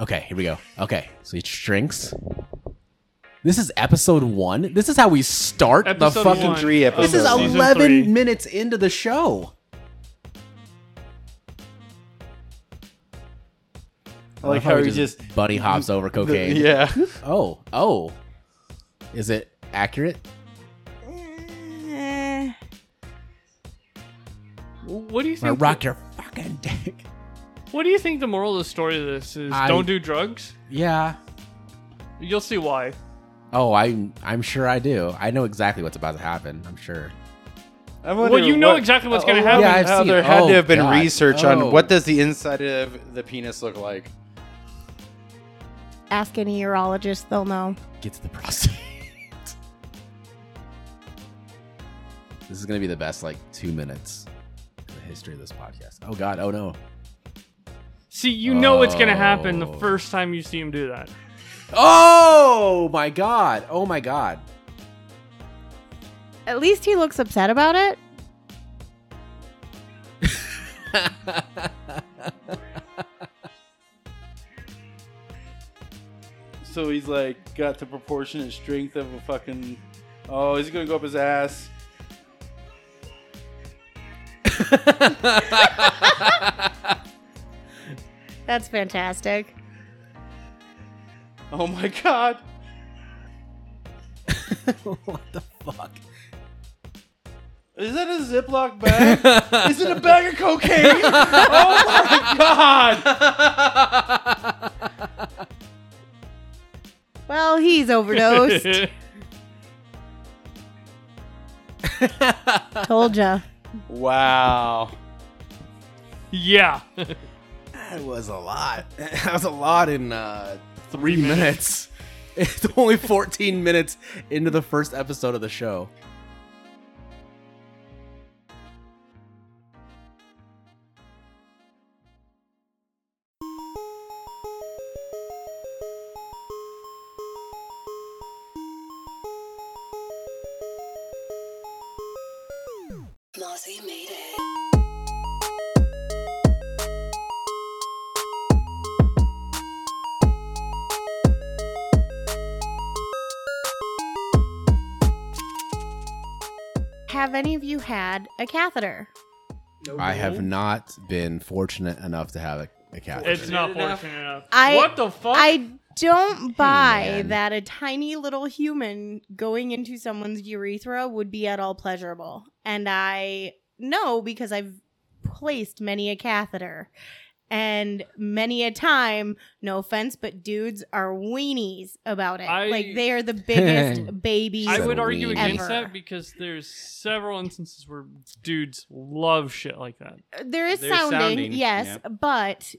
Okay, here we go. Okay, so he shrinks. This is episode one. This is how we start Episode the fucking. one three of This is Season season eleven three. minutes into the show. I like I love how he he just bunny hops over cocaine. yeah. Oh, oh, is it accurate? Eh, What do you I think? rock your fucking dick. What do you think the moral of the story of this is? I- Don't do drugs. Yeah. You'll see why. Oh, I'm I'm sure I do. I know exactly what's about to happen. I'm sure. I Well, wonder you know what- exactly what's going oh, to happen. yeah, I've how seen there it. had Oh, to have been God. research Oh. on what does the inside of the penis look like. ask any urologist, they'll know. Get to the prostate. this is gonna be the best like two minutes in the history of this podcast. Oh God. Oh no. See, you know it's going to happen the Oh. first time you see him do that. Oh my God. Oh my God. At least he looks upset about it. So he's like got the proportionate strength of a fucking. Oh, he's gonna go up his ass. That's fantastic. Oh my god. what the fuck? Is that a Ziploc bag? Is it a bag of cocaine? oh my god! Well, he's overdosed. Told ya. Wow. yeah. That was a lot. That was a lot in uh, three minutes. It's only 14 minutes into the first episode of the show. Mozzie made it. Have any of you had a catheter? I have not been fortunate enough to have a, a cat. It's not fortunate enough. I- what the fuck? I don't buy man. that a tiny little human going into someone's urethra would be at all pleasurable. And I know because I've placed many a catheter. And many a time, no offense, but dudes are weenies about it. I- like they are the biggest babies. I So would argue weird. against Ever. that because there's several instances where dudes love shit like that. there is There's sounding, sounding, yes, but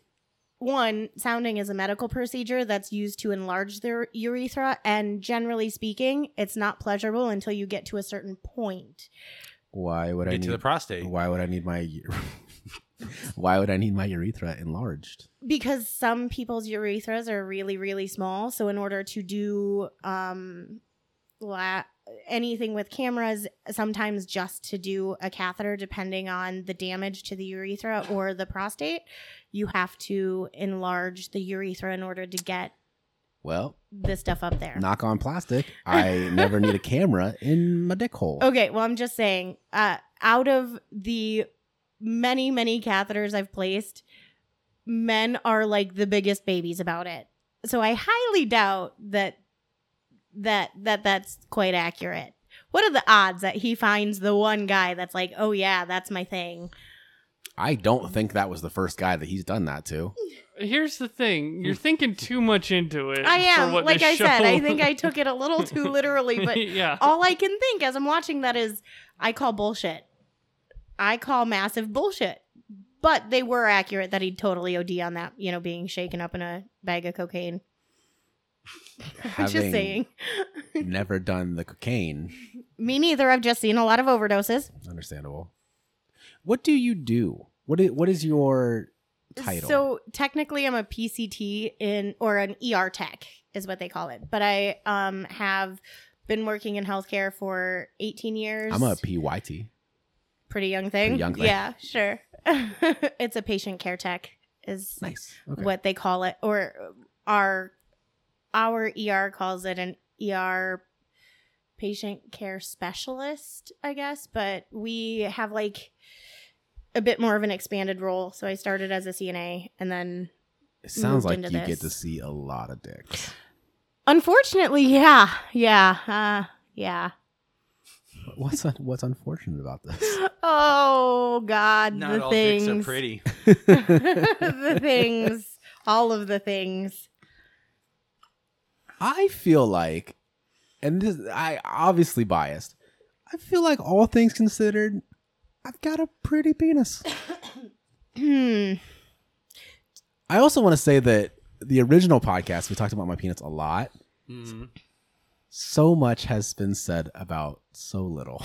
one sounding is a medical procedure that's used to enlarge the urethra, and generally speaking, it's not pleasurable until you get to a certain point. Why would I Get need, to the prostate. Why would I need my u- Why would I need my urethra enlarged? Because some people's urethras are really, really small, so in order to do um, la- anything with cameras, sometimes just to do a catheter, depending on the damage to the urethra or the prostate, you have to enlarge the urethra in order to get Well, the stuff up there. knock on plastic. I never need a camera in my dick hole. okay, well, I'm just saying, uh, out of the many, many catheters I've placed, men are like the biggest babies about it. So I highly doubt that that that that's quite accurate. What are the odds that he finds the one guy that's like, "Oh yeah, that's my thing." I don't think that was the first guy that he's done that to. Here's the thing: you're thinking too much into it. I for am, what like this I said, show- I think I took it a little too literally, but yeah, all I can think as I'm watching that is I call bullshit. I call massive bullshit. But they were accurate that he'd totally OD on that, you know, being shaken up in a bag of cocaine. I'm just Having saying. Never done the cocaine. Me neither. I've just seen a lot of overdoses. Understandable. What do you do? What is, what is your title? So technically, I'm a PCT in or an ER tech is what they call it. But I um have been working in healthcare for 18 years. I'm a PYT. pretty young thing. Pretty young thing. Yeah, sure. it's a patient care tech is Nice. Okay. what they call it or our our ER calls it an ER patient care specialist, I guess, but we have like a bit more of an expanded role. So I started as a CNA and then It sounds like into you this. get to see a lot of dicks. unfortunately, yeah. Yeah. Uh yeah. What's un- what's unfortunate about this? Oh god, Not the all things. dicks are pretty. the things, all of the things. I feel like, and this I obviously biased. I feel like all things considered, I've got a pretty penis. Hmm. I also want to say that the original podcast we talked about my penis a lot. Mm. So much has been said about so little.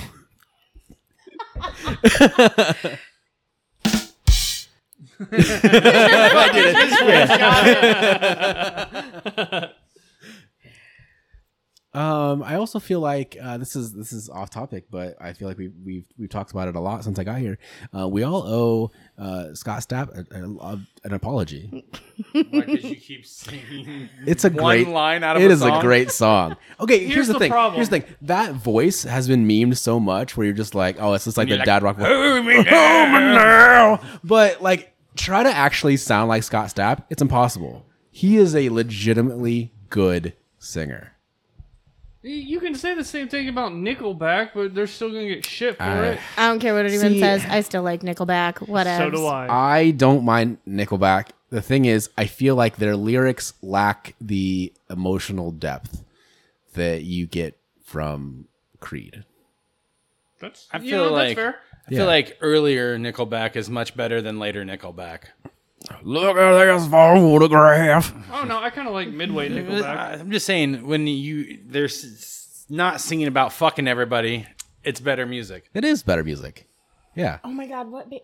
I did Um, I also feel like uh, this is this is off topic, but I feel like we've we've we've talked about it a lot since I got here. Uh, we all owe uh, Scott Stapp a, a, an apology. Why did you keep singing It's a one great. line out of It a is song? a great song. Okay, here's, Here's the, the thing. problem. Here's the thing. That voice has been memed so much where you're just like, oh, it's just like the dad rock. Oh, my But like, try to actually sound like Scott Stapp. It's impossible. He is a legitimately good singer. You can say the same thing about Nickelback, but they're still gonna get shit for I- it. I don't care what anyone See- says. I still like Nickelback. Whatever. So do I. I don't mind Nickelback. The thing is, I feel like their lyrics lack the emotional depth that you get from Creed. That's I you feel know, like- that's fair. Yeah. I feel like earlier Nickelback is much better than later Nickelback. Look at this photograph. Oh no, I kind of like midway Nickelback. Uh, I'm just saying when you they're s- not singing about fucking everybody, it's better music. It is better music. Yeah. Oh my god, what ba-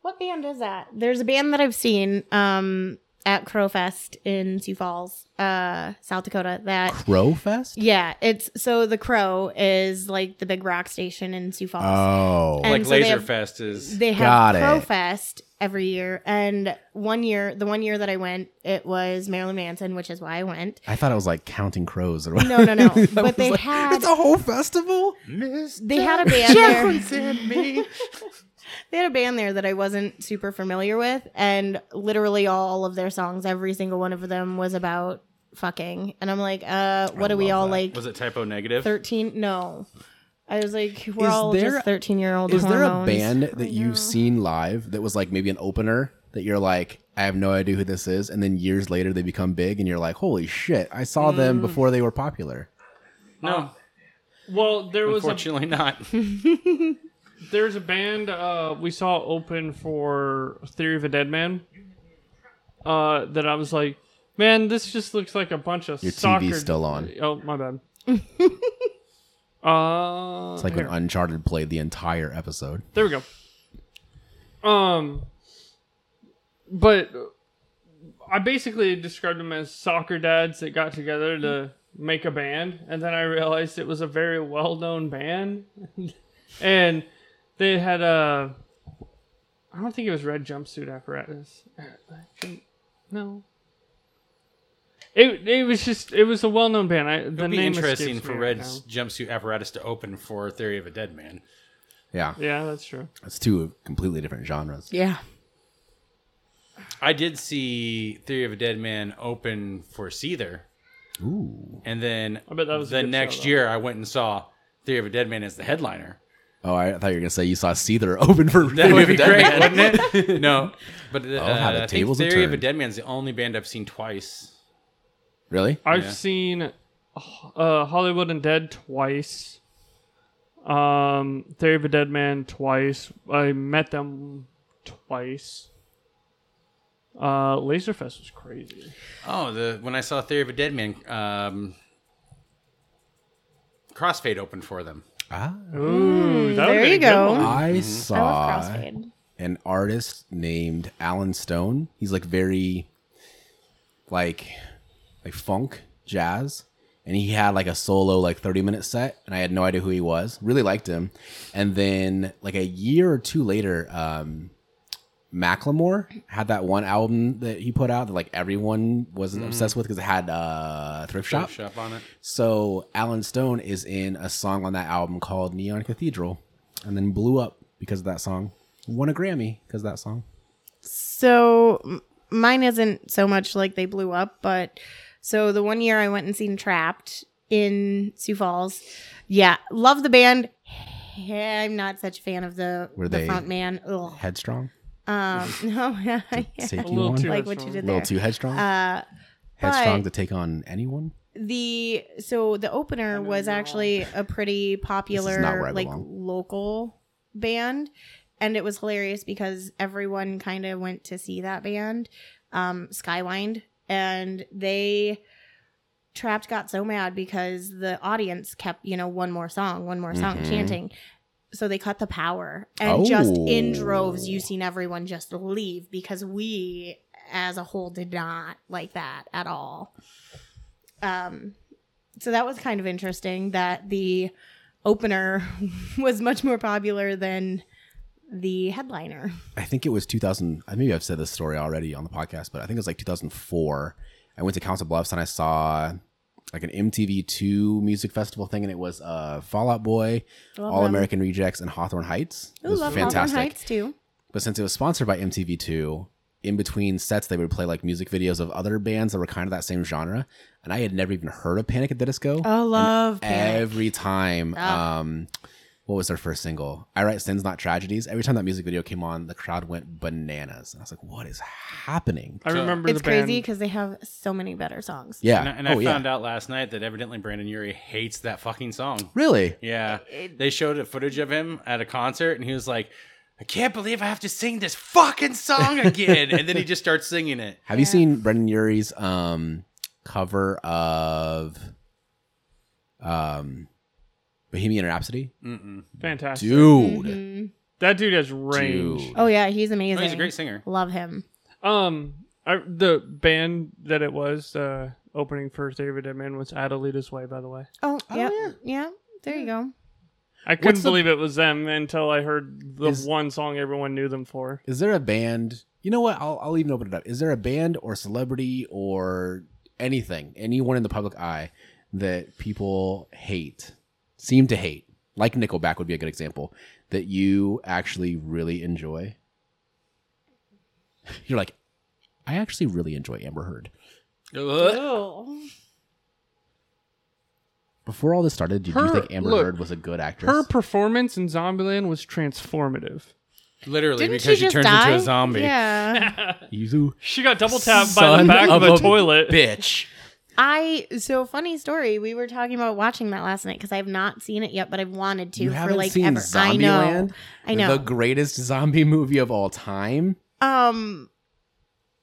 what band is that? There's a band that I've seen um at Crowfest in Sioux Falls, uh, South Dakota. That Crowfest? yeah, it's so the Crow is like the big rock station in Sioux Falls. Oh. And Like so they Laserfest have- is They Got have it. Crowfest every year, and one year, the one year that I went, it was Marilyn Manson, which is why I went. I thought it was like counting crows or whatever. No, no, no. I But was they had- It's a whole festival? They had a band there. They had a band there that I wasn't super familiar with, and literally all of their songs, every single one of them was about fucking. And I'm like, uh, what are we all like? was it typo negative? 13? No. I was like, we're Is all there- just 13 year old Is there a hormones. band that you've seen live that was like maybe an opener that you're like, I have no idea who this is, and then years later they become big and you're like, holy shit, I saw Mm. them before they were popular. no, Well, there was a unfortunately not. there's a band uh, we saw open for Theory of a Dead Man. Uh, that I was like, man, this just looks like a bunch of Your soccer. TV's still on. Oh my bad. uh, It's like here. when Uncharted played the entire episode. There we go. Um, but I basically described them as soccer dads that got together to make a band, and then I realized it was a very well-known band, and they had a. I don't think it was red jumpsuit apparatus. I shouldn't- No. It, it was just it was a well known band. I, It the would be name interesting escapes for me Red Right jumpsuit apparatus to open for Theory of a Dead Man. Yeah. now. yeah, that's true. It's two completely different genres. Yeah. I did see Theory of a Dead Man open for Seether, Ooh. and then I bet that was a the good next show, though. year I went and saw Theory of a Dead Man as the headliner. Oh, I thought you were gonna say you saw Seether open for That would be great, wouldn't it? No, but uh, Oh, how the I think tables have Theory of a turned. Dead Man is the only band I've seen twice. Really? I've Yeah. seen uh, Hollywood and Dead twice. Um, Theory of a Dead Man twice. I met them twice. Uh, Laserfest was crazy. Oh, the when I saw Theory of a Dead Man, um, Crossfade opened for them. Ah. Ooh, that would've there been you a good go. one. I I love saw Crossfade. an artist named Alan Stone. He's like very like like funk jazz. And he had like a solo like 30 minute set and I had no idea who he was. Really liked him. And then like a year or two later, um Macklemore had that one album that he put out that like everyone was obsessed with because it had uh, Mm-hmm. thrift shop. Shop on it. So Alan Stone is in a song on that album called Neon Cathedral, and then blew up because of that song. Won a Grammy because of that song. So m- mine isn't so much like they blew up, but so the one year I went and seen Trapped in Sioux Falls. Yeah, love the band. I'm not such a fan of the Were the they- front man. Ugh. Headstrong, Um, no, yeah, yeah. take you A little on. too- like what you a did little there. too headstrong. Uh, headstrong to but- take on anyone. the so the opener was actually a pretty where popular I like belong. local band and it was hilarious because everyone kind of went to see that band um skywind and they trapped got so mad because the audience kept you know one more song one more song Mhm. chanting so they cut the power and just in Oh. droves you seen everyone just leave because we as a whole did not like that at all um so that was kind of interesting that the opener was much more popular than the headliner I think it was 2000. uh, Maybe I've said this story already on the podcast, but I think it was like 2004. I went to Council Bluffs and I saw like an MTV2 music festival thing, and it was uh, Fallout Boy, Love All them. American Rejects, and Hawthorne Heights. It Ooh, was love fantastic. Hawthorne Heights too. But since it was sponsored by MTV2, in between sets, they would play like music videos of other bands that were kind of that same genre. And I had never even heard of Panic at the Disco. Oh, love every time um what was their first single i write sins not tragedies every time that music video came on the crowd went bananas and i was like what is happening I remember It's the crazy band. because they have so many better songs. yeah And I, and oh I yeah found out last night that evidently Brandon Urie hates that fucking song. really Yeah. They showed a footage of him at a concert and he was like, I can't believe I have to sing this fucking song again. and then he just starts singing it. have you seen brendan urie's um cover of um bohemian rhapsody Mm-hmm. Fantastic. dude That dude has range. Dude. Oh yeah, he's amazing. Oh, he's a great singer. Love him. Um, I, the band that it was uh, opening for Theory of a Dead Man was Adelita's Way. By the way, Oh, yeah, yeah. There you go. I couldn't the- believe it was them until I heard the Is- one song everyone knew them for. is there a band you know what I'll, I'll even open it up is there a band or celebrity or anything anyone in the public eye that people hate seem to hate like nickelback would be a good example that you actually really enjoy you're like i actually really enjoy amber heard before all this started did you Her- think amber look, heard was a good actress Her performance in Zombieland was transformative. Literally, Didn't because she she, just turns die? into a zombie. Yeah. you She got double tapped by the back of, a toilet. Bitch. I so funny story. We were talking about watching that last night because I've not seen it yet, but I've wanted to you for haven't like seen ever. I know. Zombieland? I know. the greatest zombie movie of all time Um,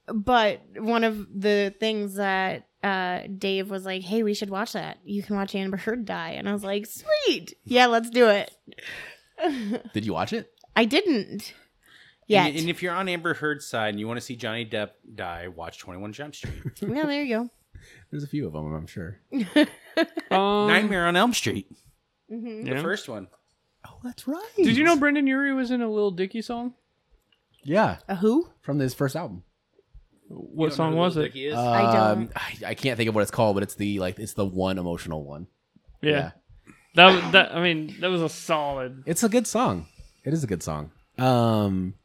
but one of the things that uh, Dave was like, "Hey, we should watch that. You can watch Amber Heard die," and I was like, "Sweet, yeah, let's do it." did you watch it I didn't Yeah. yet. And, and if you're on Amber Heard's side and you want to see Johnny Depp die, watch 21 Jump Street. yeah, there you there's a few of them i'm sure Um, Nightmare on Elm Street. go. hmm yeah. The first one. oh that's right Did you know Brendan Urie was in a Little Dicky song? yeah A who? from his first album. You don't What know song who was Lil it? Dicky is? I Um, I, I can't think of what it's called, but it's the like it's the one emotional one. Yeah. That wa- that I mean, that was a solid. it's a good song. It is a good song. Um,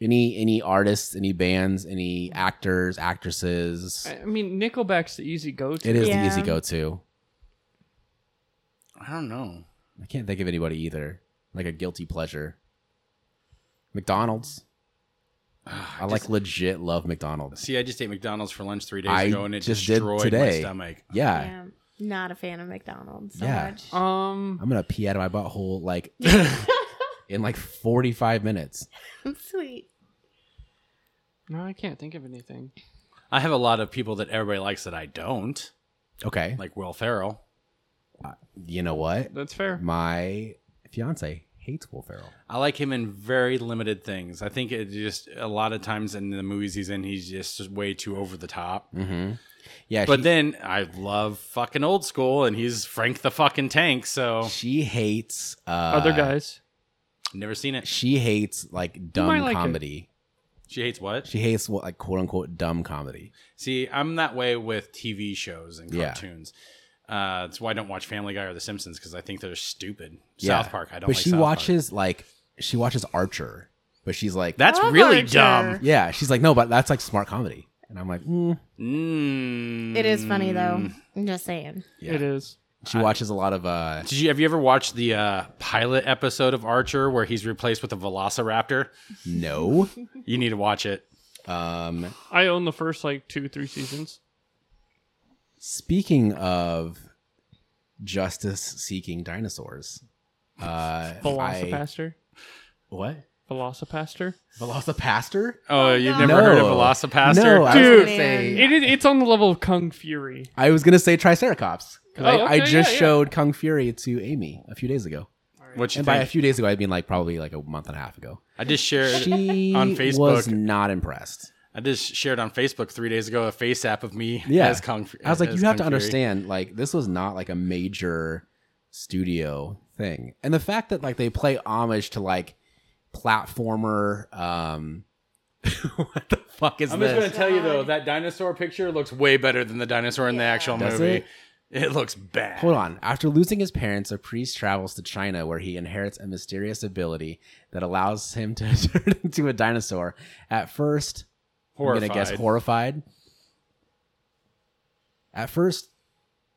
any any artists, any bands, any actors, actresses. I I mean, Nickelback's the easy go to. It is Yeah. the easy go to. I don't know. I can't think of anybody either. Like a guilty pleasure. McDonald's. I like legit love McDonald's. See, I just ate McDonald's for lunch three days I ago, and it just did destroyed today. my stomach. Yeah. Yeah, not a fan of McDonald's so Yeah. much. Um, I'm gonna pee out of my butthole like in like 45 minutes. Sweet. no, I can't think of anything. I have a lot of people that everybody likes that I don't, Okay, like Will Ferrell. you know what? That's fair. My fiance hates Will Ferrell. I like him in very limited things. I think it just a lot of times in the movies he's in, he's just way too over the top. Mm-hmm. Yeah, But she, then I love fucking old school, and he's Frank the fucking Tank. So she hates uh, Other guys. never seen it. She hates like might dumb like it. comedy. She hates what? She hates what like quote unquote dumb comedy. See, I'm that way with TV shows and Yeah. cartoons. Uh, that's why I don't watch Family Guy or The Simpsons because I think they're stupid. Yeah. South Park, I don't. But like she South Park. watches like she watches Archer, but she's like That's Love really Archer. dumb. yeah. She's like no, but that's like smart comedy. And I'm like, mm. Mm. It is funny though. I'm just saying. yeah. It is. She watches a lot of uh Did you have you ever watched the uh, pilot episode of Archer where he's replaced with a Velociraptor? no. You need to watch it. Um I own the first like two, three seasons. Speaking of justice seeking dinosaurs, uh, I, Velocipaster. what? Velocipaster. Velocipaster? Oh, Oh, you've God. never heard of Velocipaster? No, I was Dude. gonna say. It is. It's on the level of Kung Fury. I was gonna say Triceratops. 'cause Oh, I, I okay, just yeah, yeah. showed Kung Fury to Amy a few days ago, What you and by a think? few days ago I mean like probably like a month and a half ago. I just shared. She On Facebook. was not impressed. I just shared on Facebook three days ago a face app of me Yeah. as Kung. Fu- I was like, as you have to Kung Fury. understand, like this was not like a major studio thing, and the fact that like they play homage to like platformer. um What the fuck is I'm this? just going to tell you though that dinosaur picture looks way better than the dinosaur in the actual Does movie. it? It? looks bad. Hold on. After losing his parents, a priest travels to China where he inherits a mysterious ability that allows him to turn into a dinosaur. At first, I'm gonna guess horrified. Horrified. At first,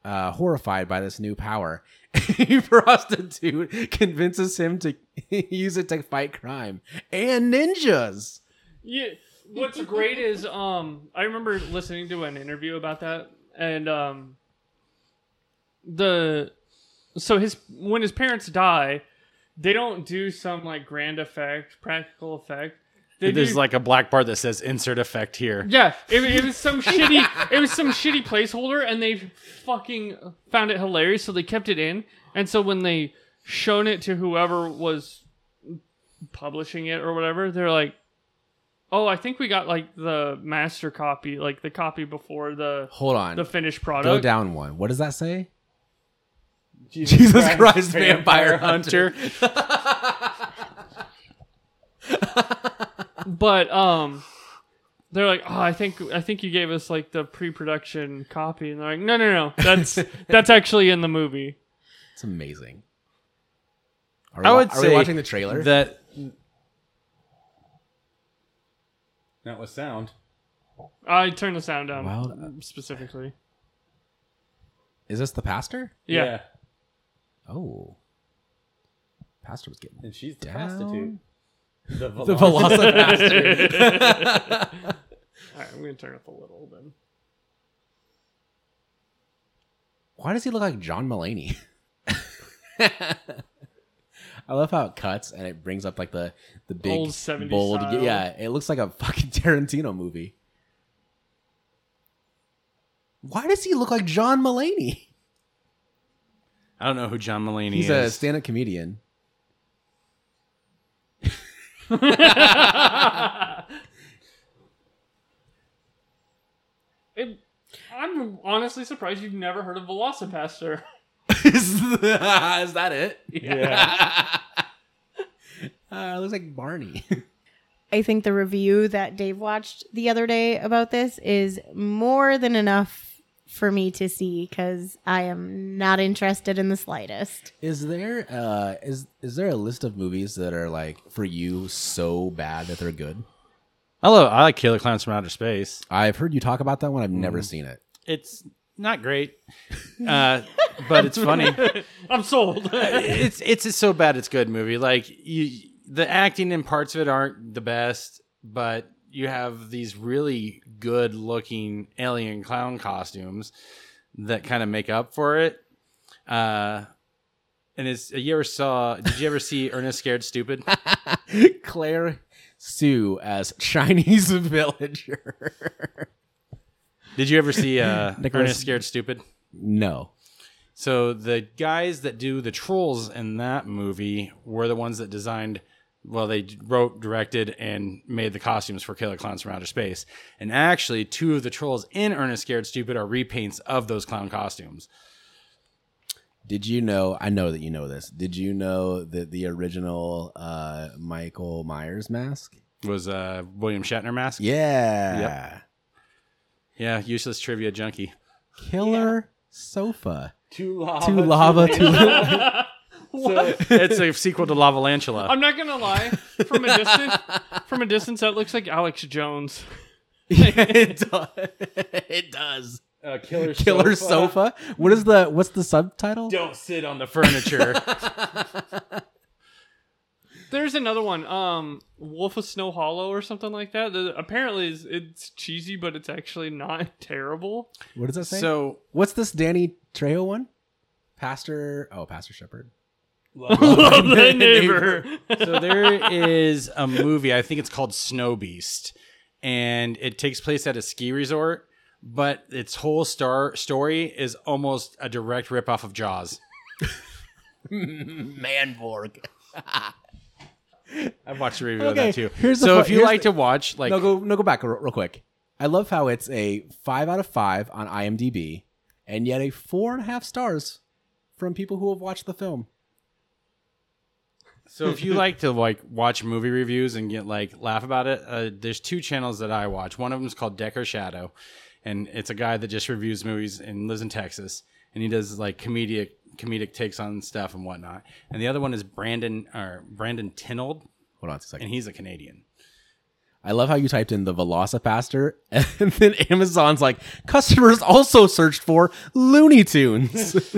uh, horrified by this new power, a prostitute convinces him to use it to fight crime and ninjas. Yeah. What's great is um I remember listening to an interview about that and um the so his when his parents die, they don't do some like grand effect, practical effect. They There's do- like a black bar that says insert effect here. yeah, it, it was some shitty it was some shitty placeholder and they fucking found it hilarious so they kept it in. And so when they shown it to whoever was publishing it or whatever, they're like, "Oh, I think we got like the master copy, like the copy before the Hold on. the finished Go product." down one. What does that say? Jesus Christ, Vampire Hunter. But um they're like, "Oh, I think I think you gave us like the pre-production copy." And they're like, "No, no, no. That's that's actually in the movie." It's amazing. Are I wa- would are say we watching the trailer. That not with sound. I turned the sound down Well, specifically. Is this the pastor? Yeah. Oh, pastor was getting and she's the down. prostitute. The, the velocipastor. All right, I'm gonna turn it up a little then. Why does he look like John Mulaney? I love how it cuts and it brings up like the the big Old 70s bold. style. Yeah, it looks like a fucking Tarantino movie. Why does he look like John Mulaney? I don't know who John Mulaney He's a is. stand-up comedian. It, I'm honestly surprised you've never heard of Velocipaster. is that it? yeah. Uh, it looks like Barney. I think the review that Dave watched the other day about this is more than enough for me to see because I am not interested in the slightest. Is there uh is is there a list of movies that are like for you so bad that they're good? I love. I like Killer Clowns from Outer Space. I've heard you talk about that one. I've never seen it. It's not great, uh, but it's funny. I'm sold. it's it's a so bad it's good movie. Like you, the acting and parts of it aren't the best, but you have these really good looking alien clown costumes that kind of make up for it. Uh, and it's you ever saw? Did you ever see Ernest Scared Stupid? Claire Sue as Chinese villager. Did you ever see uh, Nicholas- Ernest Scared Stupid? no. So the guys that do the trolls in that movie were the ones that designed, well, they wrote, directed, and made the costumes for Killer Clowns from Outer Space. And actually, two of the trolls in Ernest Scared Stupid are repaints of those clown costumes. Did you know? I know that you know this. Did you know that the original uh, Michael Myers mask was uh, William Shatner mask. Yeah. Yeah, useless trivia junkie. Killer sofa. Two lava. Two lava, two What? It's a sequel to Lava Lantula. I'm not gonna lie. From a distance, from a distance, that looks like Alex Jones. it does. it does. Uh, killer Killer sofa. sofa. What is the what's the subtitle? Don't sit on the. Furniture. There's another one, um, Wolf of Snow Hollow or something like that. that apparently, is, it's cheesy, but it's actually not terrible. What does that say? so what's this Danny Trejo one? Pastor oh Pastor Shepherd. Lava. Love the neighbor. so there is a movie i think it's called snow beast and it takes place at a ski resort but its whole star story is almost a direct ripoff of jaws Manborg. i've watched a review of Okay, that too here's the so fu- if you here's like the- to watch like no, go no go back real, real quick. I love how it's a five out of five on IMDb, and yet a four and a half stars from people who have watched the film. so if you like to like watch movie reviews and get like laugh about it uh, there's two channels that i watch one of them is called decker shadow and it's a guy that just reviews movies and lives in texas and he does like comedic comedic takes on stuff and whatnot and the other one is brandon or brandon tinold Hold on just a second. and he's a Canadian. I love how you typed in the Velocipaster, and then Amazon's like, customers also searched for Looney Tunes.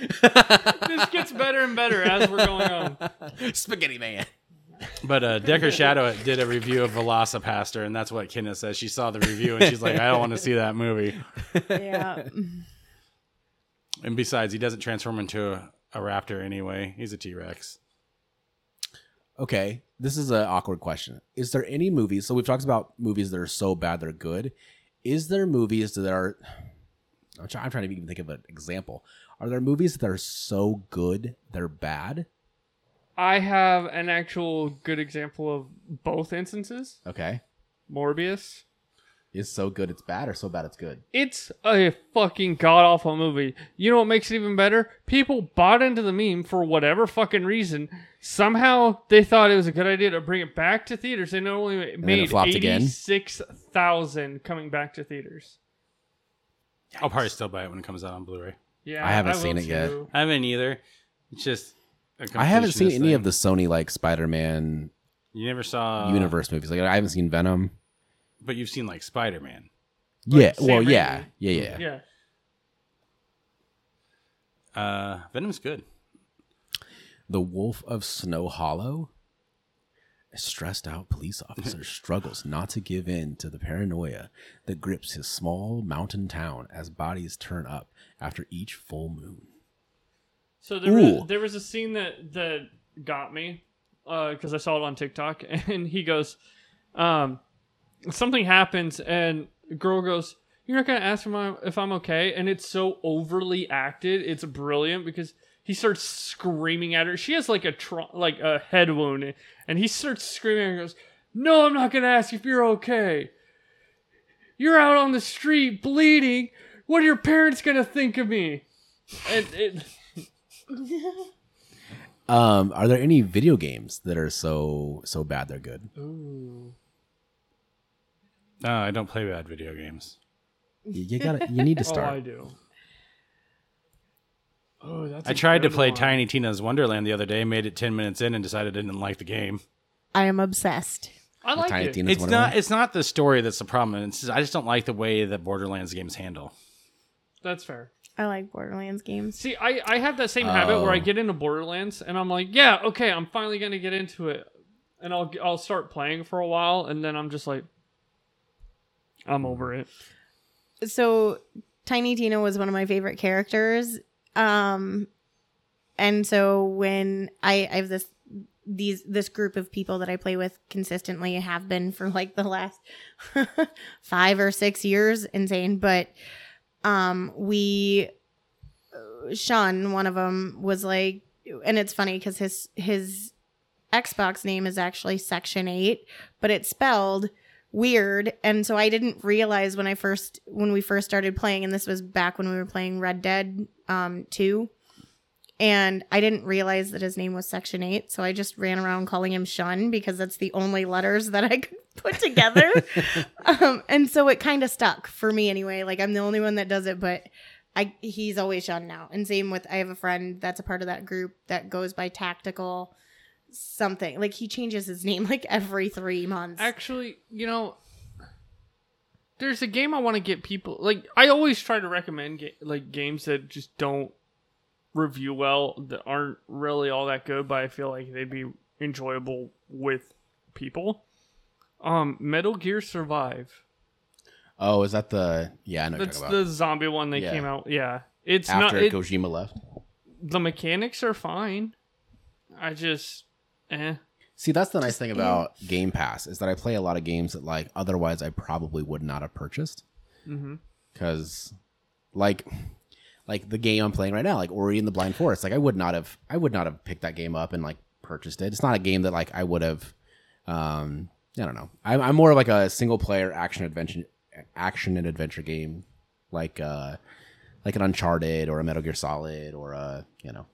this gets better and better as we're going on. Spaghetti Man. But uh, Decker Shadow did a review of Velocipaster, and that's what Kenna says. She saw the review and she's like, I don't want to see that movie. Yeah. And besides, he doesn't transform into a, a raptor anyway. He's a T Rex. Okay, this is an awkward question. Is there any movies? So we've talked about movies that are so bad they're good. Is there movies that are? I'm trying, I'm trying to even think of an example. Are there movies that are so good they're bad? I have an actual good example of both instances. Okay, Morbius. is so good it's bad, or so bad it's good? It's a fucking god awful movie. You know what makes it even better? People bought into the meme for whatever fucking reason. Somehow they thought it was a good idea to bring it back to theaters. They not only made flopped again. eighty six thousand coming back to theaters. I'll probably still buy it when it comes out on Blu ray. Yeah, I haven't will seen it yet. too. I haven't either. It's just. a I haven't completionist seen any thing. of the Sony like Spider-Man You never saw. universe movies. Like I haven't seen Venom. But you've seen, like, Spider Man. Yeah. Sam Well, Raimi. yeah, yeah, yeah. Yeah, Uh, Venom's good. The Wolf of Snow Hollow. A stressed out police officer struggles not to give in to the paranoia that grips his small mountain town as bodies turn up after each full moon. So there was, Ooh. there was a scene that that got me because I saw it on TikTok, and he goes, um, something happens, and the girl goes, "You're not gonna ask if I'm, if I'm okay," and it's so overly acted. It's brilliant because he starts screaming at her. She has like a tra- like a head wound, and he starts screaming and goes, "No, I'm not gonna ask if you're okay. You're out on the street bleeding. What are your parents gonna think of me?" And it. Um, are there any video games that are so so bad they're good? No, I don't play bad video games. You you gotta you need to Oh, I start. do. Oh, that's. I tried to play Tiny Tina's Wonderland the other day, made it 10 minutes in, and decided I didn't like the game. I am obsessed. I like Tiny it. Tina's It's one of not. them. It's not the story that's the problem. It's just, I just don't like the way that Borderlands games handle. That's fair. I like Borderlands games. See, I I have that same habit where I Oh. get into Borderlands and I'm like, yeah, okay, I'm finally gonna get into it, and I'll I'll start playing for a while, and then I'm just like, I'm over it. So Tiny Tina was one of my favorite characters. Um and so when I I have this these this group of people that I play with consistently have been for like the last 5 or 6 years insane, but um we uh, Sean one of them was like and it's funny cuz his his Xbox name is actually Section 8, but it's spelled weird and so i didn't realize when i first when we first started playing and this was back when we were playing red dead um 2 And I didn't realize that his name was Section 8, so I just ran around calling him Shun because that's the only letters that I could put together. um, and so it kind of stuck for me anyway. Like I'm the only one that does it, but I he's always Shun now. And same with I have a friend that's a part of that group that goes by Tactical something. Like he changes his name like every 3 months. Actually, you know, there's a game I want to get people like. I always try to recommend ga- like games that just don't review well, that aren't really all that good, but I feel like they'd be enjoyable with people. Um, Metal Gear Survive. Oh, is that the? Yeah, I know what you're That's talking the about. zombie one that Yeah. came out. Yeah, it's After not. It, Kojima left. the mechanics are fine. I just, eh. See, that's the nice thing about Game Pass is that I play a lot of games that like otherwise I probably would not have purchased. Mm-hmm. because like like the game I'm playing right now, like Ori and the Blind Forest, like I would not have I would not have picked that game up and like purchased it. It's not a game that like I would have. Um, I don't know. I'm, I'm more of like a single player action adventure action and adventure game, like uh like an Uncharted or a Metal Gear Solid or a you know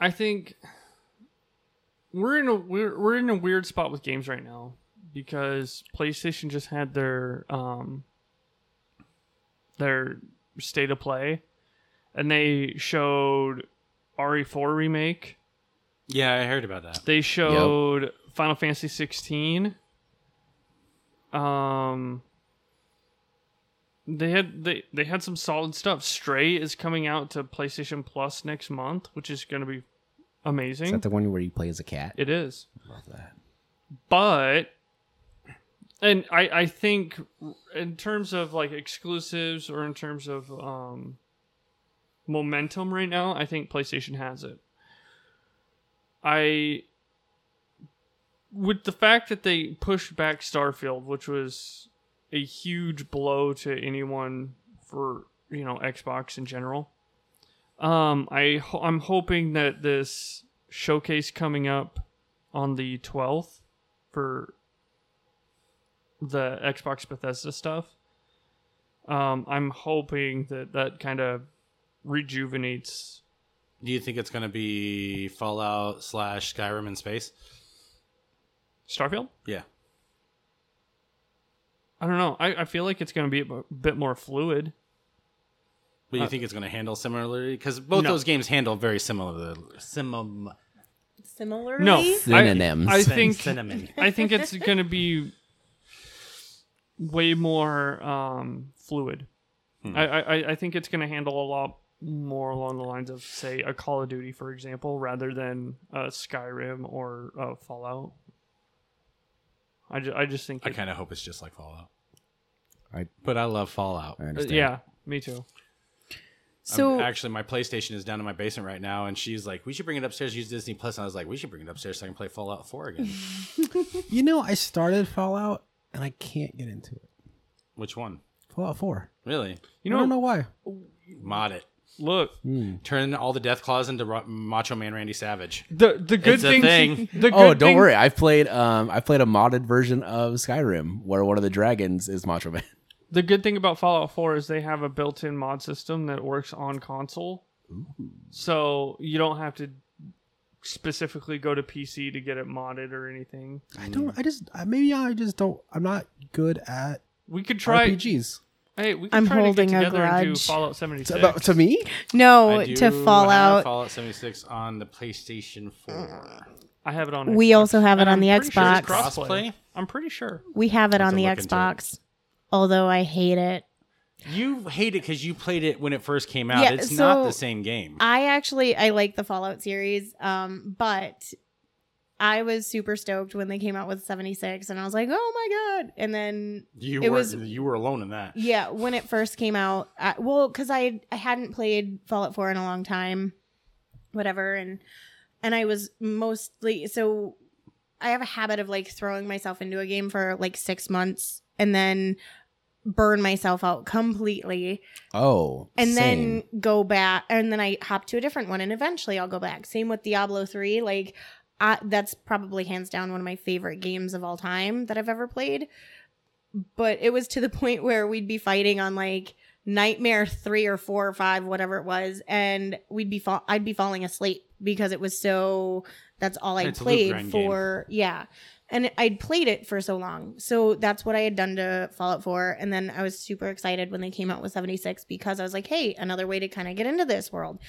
I think we're in a we're, we're in a weird spot with games right now because PlayStation just had their um their state of play and they showed RE4 remake. Yeah, I heard about that. They showed Final Fantasy 16. Um they had they, they had some solid stuff. Stray is coming out to PlayStation Plus next month, which is going to be amazing. is that the one where you play as a cat? It is. Love that. But and I I think in terms of like exclusives or in terms of um momentum right now, I think PlayStation has it. I with the fact that they pushed back Starfield, which was a huge blow to anyone for, you know, Xbox in general. Um I ho- I'm hoping that this showcase coming up on the 12th for the Xbox Bethesda stuff. Um, I'm hoping that that kind of rejuvenates. Do you think it's going to be Fallout slash Skyrim in space? Starfield? Yeah. I don't know. I, I feel like it's going to be a b- bit more fluid. But you think it's going to handle similarly? Because both No. those games handle very similar. Simum. Similarly, No, I- Synonyms. I, think Cinnamon. I think it's going to be way more um, fluid. Hmm. I, I I- I think it's going to handle a lot more along the lines of say a Call of Duty, for example, rather than uh, Skyrim or uh, Fallout. I just, I just think I it- kind of hope it's just like Fallout. I- but I love Fallout. I uh, understand. yeah, me too. so I'm- actually, my PlayStation is down in my basement right now, and she's like, "We should bring it upstairs, use Disney Plus." And I was like, "We should bring it upstairs so I can play Fallout 4 again." You know, I started Fallout and I can't get into it. Which one? Fallout Four. Really? I You know, don't know why. Mod it. look Turn all the death claws into Ro- Macho Man Randy Savage. the the good It's a things- thing. The good Oh, don't thing- worry. I've played um I played a modded version of Skyrim where one of the dragons is Macho Man. The good thing about Fallout 4 is they have a built-in mod system that works on console. So you don't have to specifically go to PC to get it modded or anything. I don't I just I, maybe I just don't I'm not good at We could try RPGs. Hey, we could I'm try holding to a get together and do grudge. Fallout 76. To, about, to me? no I do to have Fallout. Mm. Fallout 76 on the PlayStation 4. I have it on. We Xbox. also have it And on I'm the pretty sure it's Xbox. Crossplay? I'm pretty sure. We have it Have on to the look into it. Xbox, although I hate it. You hate it because you played it when it first came out. Yeah, it's so- not the same game. I actually I like the Fallout series, um, but I was super stoked when they came out with 76 and I was like, "Oh my god." And then you it were was- you were alone in that. yeah, when it first came out, I, well, cuz I I hadn't played Fallout 4 in a long time, whatever, and and I was mostly so I have a habit of like throwing myself into a game for like 6 months and then burn myself out completely Oh. same. and then go back and then i hop to a different one and eventually i'll go back same with diablo 3 like I, that's probably hands down one of my favorite games of all time that i've ever played but it was to the point where we'd be fighting on like nightmare three or four or five, whatever it was, and we'd be fall- I'd be falling asleep because it was so. That's all I It's a loop played grind for. Yeah, and I'd played it for so long, so that's what I had done to Fallout Four, and then I was super excited when they came out with seventy six because I was like, hey, another way to kind of get into this world.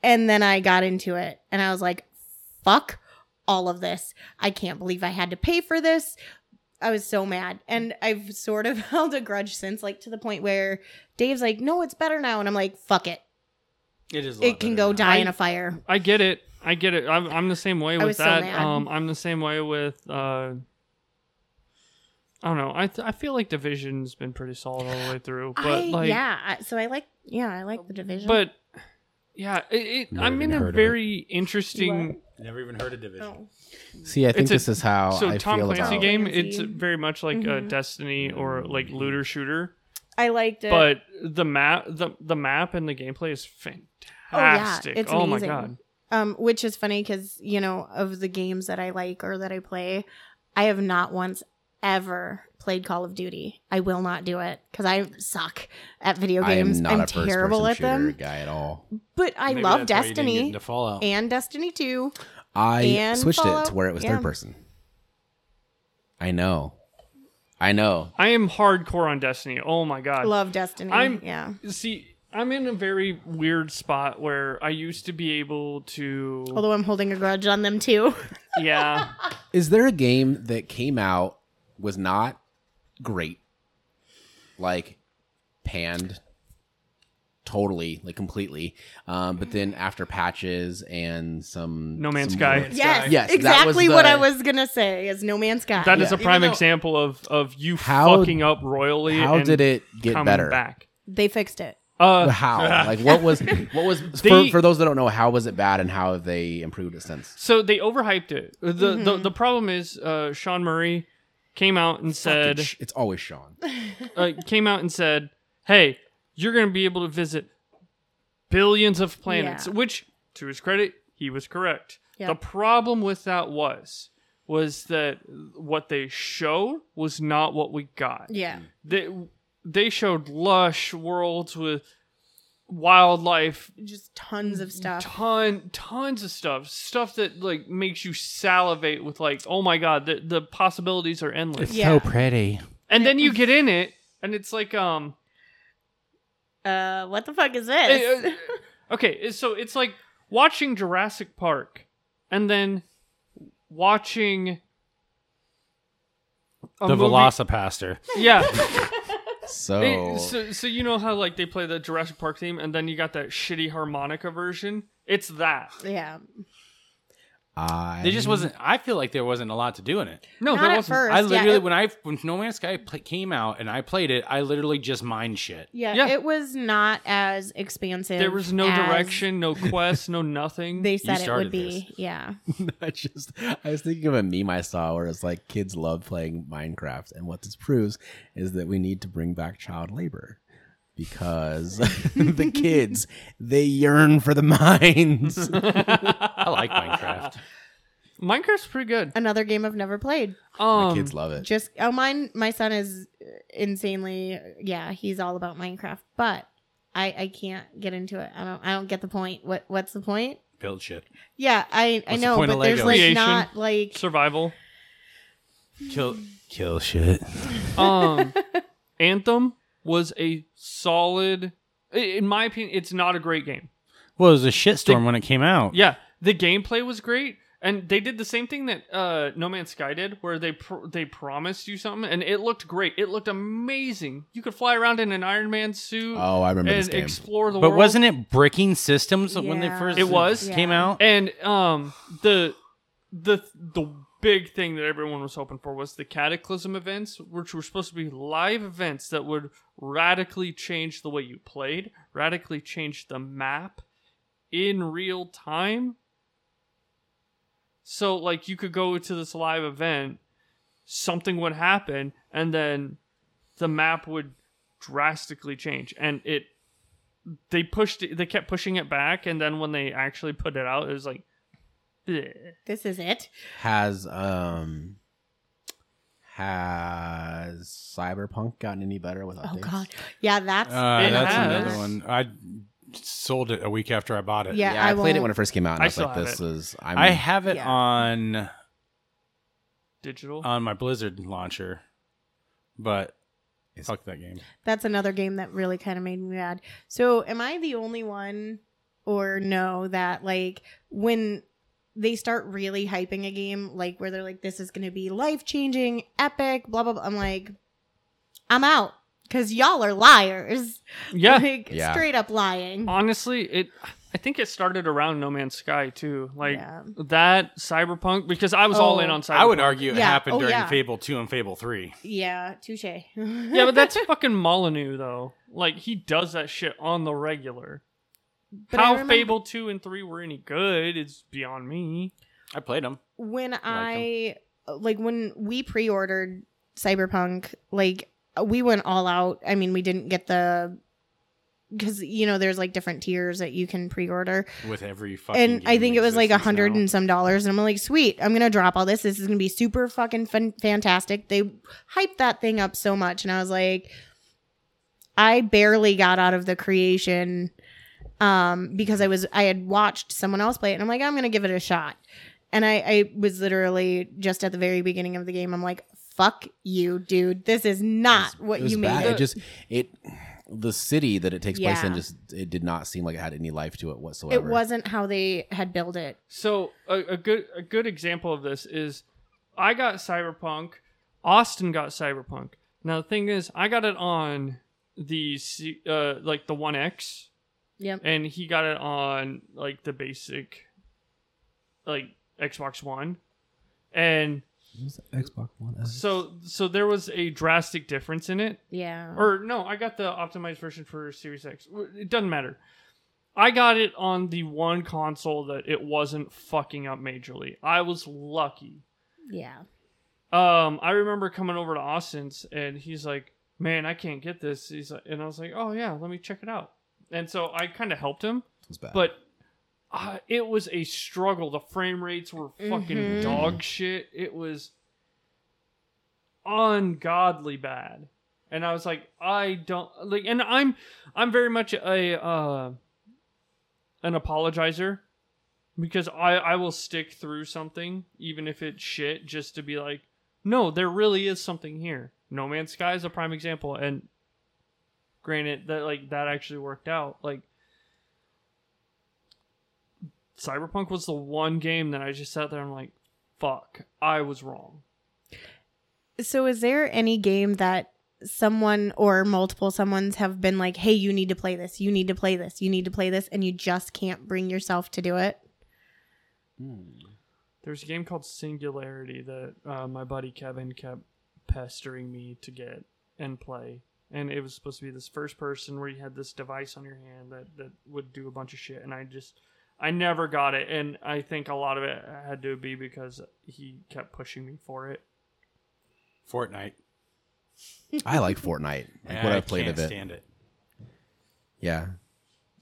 And then I got into it, and I was like, fuck all of this. I can't believe I had to pay for this. I was so mad. And I've sort of held a grudge since, like to the point where Dave's like, no, it's better now. And I'm like, fuck it. It is. a lot It can go better now. die in a fire. I get it. I get it. I'm, I'm the same way with was so that. mad. um, I'm the same way with. Uh, I don't know. I th- I feel like Division's been pretty solid all the way through, but I, like, yeah. I- So I like, yeah, I like the division. but yeah, it, it, Never I'm in even heard a of it. very interesting. Never even heard of division. Oh. See, I think It's a- this is how So Oh, I Tom feel Clancy about. game, it's Clancy. very much like a Mhm. Destiny or like Mm-hmm. looter shooter, I liked it. but the map, the the map and the gameplay is fantastic. Oh, Oh it's Oh my amazing. god, um, which is funny because, you know, of the games that I like or that I play, I have not once ever played Call of Duty. I will not do it because I suck at video I games. am not I'm a first terrible person at shooter them. guy at all. But I Maybe love that's why you didn't get Destiny into Fallout. and Destiny 2. I And switched it Fallout, to where it was yeah. third person. I know. I know. I am hardcore on Destiny. Oh my god, love Destiny. I'm- yeah. See, I'm in a very weird spot where I used to be able to. Although I'm holding a grudge on them too. yeah, Is there a game that came out was not great? Like panned totally, like completely. Um, but then after patches and some No Man's some Sky. more- yes, Yes, that exactly was what the- I was gonna say. Is No Man's Sky. that is Yeah. a prime Even though- example of of you How- fucking up royally. How and did it get coming better? Back. they fixed it. Uh, How? like what was what was They- for, for those that don't know, how was it bad and how have they improved it since? so they overhyped it. The the, the problem is uh, Sean Murray came out and said Fucking sh- it's always Sean. uh, came out and said, "Hey, you're going to be able to visit billions of planets," Yeah. which to his credit, he was correct. Yeah. The problem with that was was that what they showed was not what we got. Yeah. They they showed lush worlds with wildlife, Just tons of stuff. ton tons of stuff, stuff that like makes you salivate with like, "Oh my god, the the possibilities are endless." It's so Yeah. pretty. and then you get in it and it's like um Uh what the fuck is Hey, this? uh, okay, so it's like watching Jurassic Park and then watching a the movie- Velocipaster. Yeah. So, it- so so you know how like they play the Jurassic Park theme and then you got that shitty harmonica version? It's that. yeah. I There just wasn't. I feel like there wasn't a lot to do in it. No, Not there at wasn't. first. I yeah, literally, it- when I when No Man's Sky pl- came out and I played it, I literally just mined shit. yeah, Yeah. it was not as expansive. There was no as direction, no quest, no nothing. They said it started would be. Yeah. I just I was thinking of a meme I saw where it's like kids love playing Minecraft, and what this proves is that we need to bring back child labor because the kids they yearn for the mines. I like Minecraft. Minecraft's pretty good. Another game I've never played. Um, the kids love it. Just oh mine my son is insanely yeah, he's all about Minecraft, but I I can't get into it. I don't I don't get the point. What what's the point? Build shit, Yeah, I I What's the know, point but of there's Legos? like Creation. not like survival. kill kill shit. Um, Anthem was a solid. i- In my opinion, it's not a great game. Well, it was a shitstorm when it came out. Yeah, the gameplay was great, and they did the same thing that uh, No Man's Sky did, where they pr- they promised you something, and it looked great. It looked amazing. You could fly around in an Iron Man suit Oh, I remember this and game. explore the but world. wasn't it breaking systems when they Yeah. first It was. came Yeah. out? And um, the the the big thing that everyone was hoping for was the Cataclysm events, which were supposed to be live events that would radically change the way you played, radically change the map in real time. So, like, you could go to this live event, something would happen, and then the map would drastically change. And it, they pushed, it, they kept pushing it back, and then when they actually put it out, it was like, bleh. this is it. Has um has Cyberpunk gotten any better with Oh updates? god. Yeah, that's It Uh, that's has. another one. I sold it a week after I bought it. Yeah, I, I played it won't- when it first came out. And I I, was still like, have this it. is. I'm, I have it Yeah. on digital. on my Blizzard launcher, but It's- fuck that game. that's another game that really kind of made me mad. So, am I the only one or no that like when they start really hyping a game like where they're like this is going to be life-changing, epic, blah blah blah. I'm like I'm out cuz y'all are liars. yeah, Like Yeah. straight up lying. honestly, it. I think it started around No Man's Sky too, like Yeah. that Cyberpunk, because I was all Oh. in on Cyberpunk. I would argue it Yeah. happened Oh, during yeah. Fable Two and Fable Three. Yeah, touche. Yeah, but that's fucking Molyneux though. Like he does that shit on the regular. But I How remember- Fable two and three were any good is beyond me. I played them. when I like when we pre-ordered Cyberpunk, like we went all out. I mean, we didn't get the because you know there's like different tiers that you can pre-order, with every fucking. and I game think in it was like a existence hundred now. and some dollars, and I'm like, sweet, I'm gonna drop all this. This is gonna be super fucking fun- fantastic. They hyped that thing up so much, and I was like, I barely got out of the creation um, because I was I had watched someone else play it, and I'm like, I'm gonna give it a shot. And I, I was literally just at the very beginning of the game. I'm like, fuck you, dude. This is not what it was you made. bad. it." It just it the city that it takes place in Yeah. just it did not seem like it had any life to it whatsoever. It wasn't how they had built it. So a, a good a good example of this is I got Cyberpunk, Austin got Cyberpunk. Now the thing is, I got it on the C- uh like the One X, Yep. and he got it on like the basic, like Xbox One, and Xbox One. so so there was a drastic difference in it. Yeah. or no, I got the optimized version for Series X. It doesn't matter. I got it on the one console that it wasn't fucking up majorly. I was lucky. yeah. Um, I remember coming over to Austin's and he's like, "Man, I can't get this." He's like, and I was like, "Oh yeah, let me check it out." And so I kind of helped him, was bad. but uh, it was a struggle. The frame rates were fucking Mhm. dog shit. It was ungodly bad. And I was like, I don't like and I'm I'm very much a uh an apologizer because I I will stick through something even if it's shit just to be like, no, there really is something here. No Man's Sky is a prime example and granted that like that actually worked out. Like Cyberpunk was the one game that I just sat there and I'm like, fuck, I was wrong. So is there any game that someone or multiple someone's have been like, "Hey, you need to play this. You need to play this. You need to play this," and you just can't bring yourself to do it? There's a game called Singularity that uh, my buddy Kevin kept pestering me to get and play. And it was supposed to be this first person where you had this device on your hand that, that would do a bunch of shit. And I just, I never got it. And I think a lot of it had to be because he kept pushing me for it. Fortnite. I like Fortnite. Like what I I've played can't of it. Stand it. Yeah.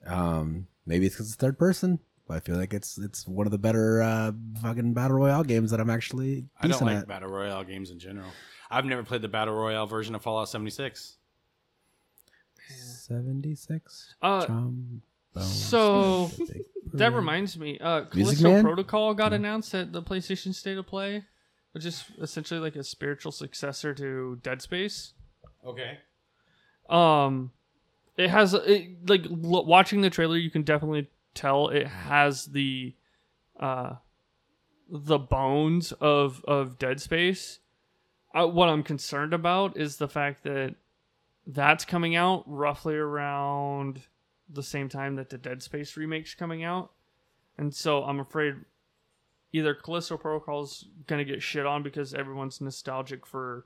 Um, maybe it's because it's third person, but I feel like it's it's one of the better uh, fucking battle royale games that I'm actually I don't decent like at. battle royale games in general. I've never played the battle royale version of Fallout 76. Seventy six. Uh, so, That reminds me, uh, Mm. Music Callisto Man? Protocol got announced at the PlayStation State of Play, which is essentially like a spiritual successor to Dead Space. Okay. Um, it has it, like l- watching the trailer, you can definitely tell it has the, uh, the bones of of Dead Space. Uh, what I'm concerned about is the fact that that's coming out roughly around the same time that the Dead Space remake's coming out, and so I'm afraid either Callisto Protocol's gonna get shit on because everyone's nostalgic for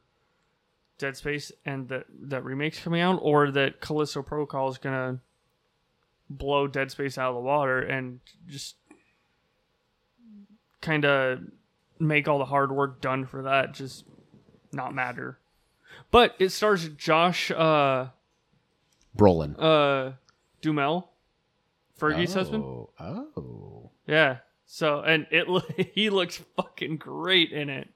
Dead Space and that that remake's coming out, or that Callisto Protocol is gonna blow Dead Space out of the water and just kind of make all the hard work done for that just not matter. But it stars Josh uh Brolin. uh Dumel, Fergie's husband. Oh, Oh. Yeah. So and it lo- he looks fucking great in it.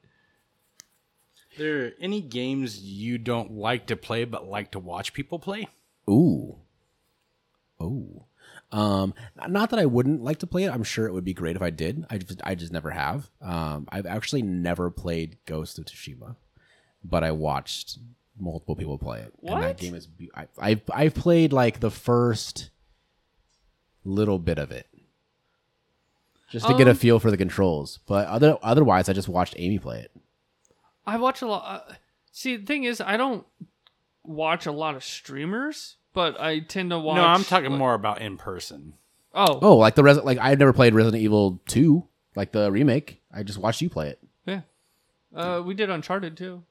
there any games you don't like to play but like to watch people play? Ooh. Oh. Um, not that I wouldn't like to play it. I'm sure it would be great if I did. I just, I just never have. Um, I've actually never played Ghost of Tsushima, but I watched multiple people play it. And What? that game is. Be- I, I've, I've played like the first little bit of it, just to get a feel for the controls. But other otherwise, I just watched Amy play it. I watch a lot. Uh, see, the thing is, I don't watch a lot of streamers, but I tend to watch. no, I'm talking more about in person. Oh, Oh, like the Res- like I've never played Resident Evil Two, like the remake. I just watched you play it. yeah. Uh, we did Uncharted too.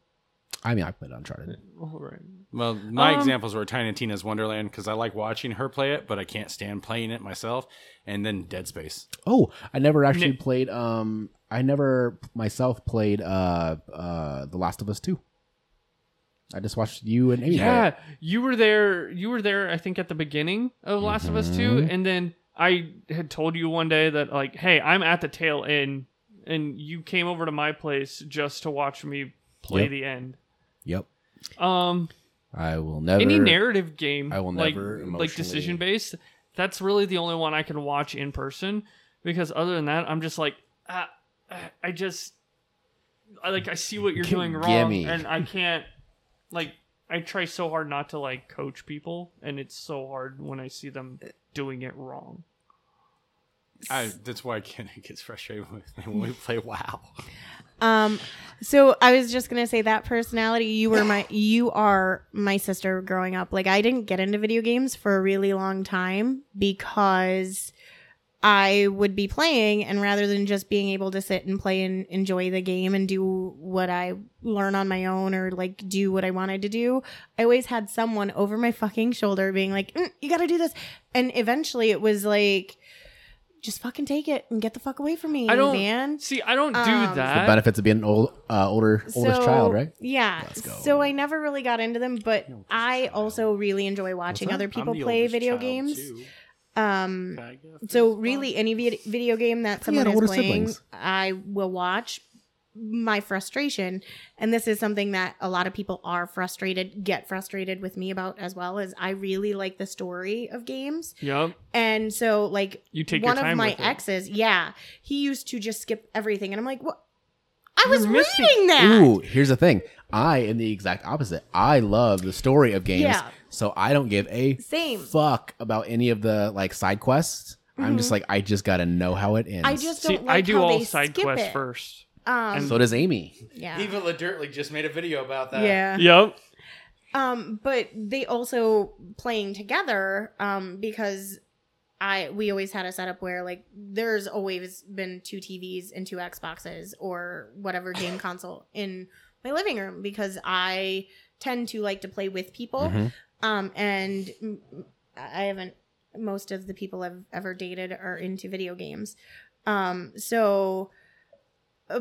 I mean, I played Uncharted. All right. Well, my Um, examples were Tiny Tina's Wonderland because I like watching her play it, but I can't stand playing it myself. And then Dead Space. Oh, I never actually Nick- played. Um, I never myself played uh uh The Last of Us Two. I just watched you and Amy. play Yeah, it. you were there. You were there. I think at the beginning of Last of Us Two, and then I had told you one day that like, hey, I'm at the tail end, and you came over to my place just to watch me play Yep. the end. Yep. Um, I will never. any narrative game I will like, never like emotionally- decision based that's really the only one i can watch in person because other than that i'm just like ah, ah, i just I, like i see what you're doing wrong Gimme. and i can't like i try so hard not to like coach people and it's so hard when i see them doing it wrong I, that's why Ken gets frustrated with me when we play WoW. Um, so I was just gonna say that personality. You were my, you are my sister growing up. Like I didn't get into video games for a really long time because I would be playing, and rather than just being able to sit and play and enjoy the game and do what I learn on my own or like do what I wanted to do, I always had someone over my fucking shoulder being like, "Mm, "You got to do this," and eventually it was like. Just fucking take it and get the fuck away from me, i don't man see i don't Um, do the that benefits of being an old uh, older oldest child, right? Yeah. go. So I never really got into them, but I also really enjoy watching What's other people I'm the play oldest video child, games. too. Um, I guess. so really, any vid- video game that But you had someone is older playing, siblings. I will watch. My frustration, and this is something that a lot of people are frustrated, get frustrated with me about as well. Is I really like the story of games, yep and so like you take one your time of my with it. exes, yeah, he used to just skip everything, and I'm like, what? I was You're missing- reading that. Ooh, here's the thing. I am the exact opposite. I love the story of games, Yeah. so I don't give a Same. fuck about any of the like side quests. I'm just like, I just gotta know how it ends. Mm-hmm. I just see don't like i do how all they side skip quests it. first Um, so does Amy. yeah. Eva LaDirtley just made a video about that. yeah. yep Um, but they also playing together um, because I we always had a setup where like there's always been two TVs and two Xboxes or whatever game console in my living room because I tend to like to play with people. Mm-hmm. Mhm. Um, and mm, I haven't. Most of the people I've ever dated are into video games. Um, so,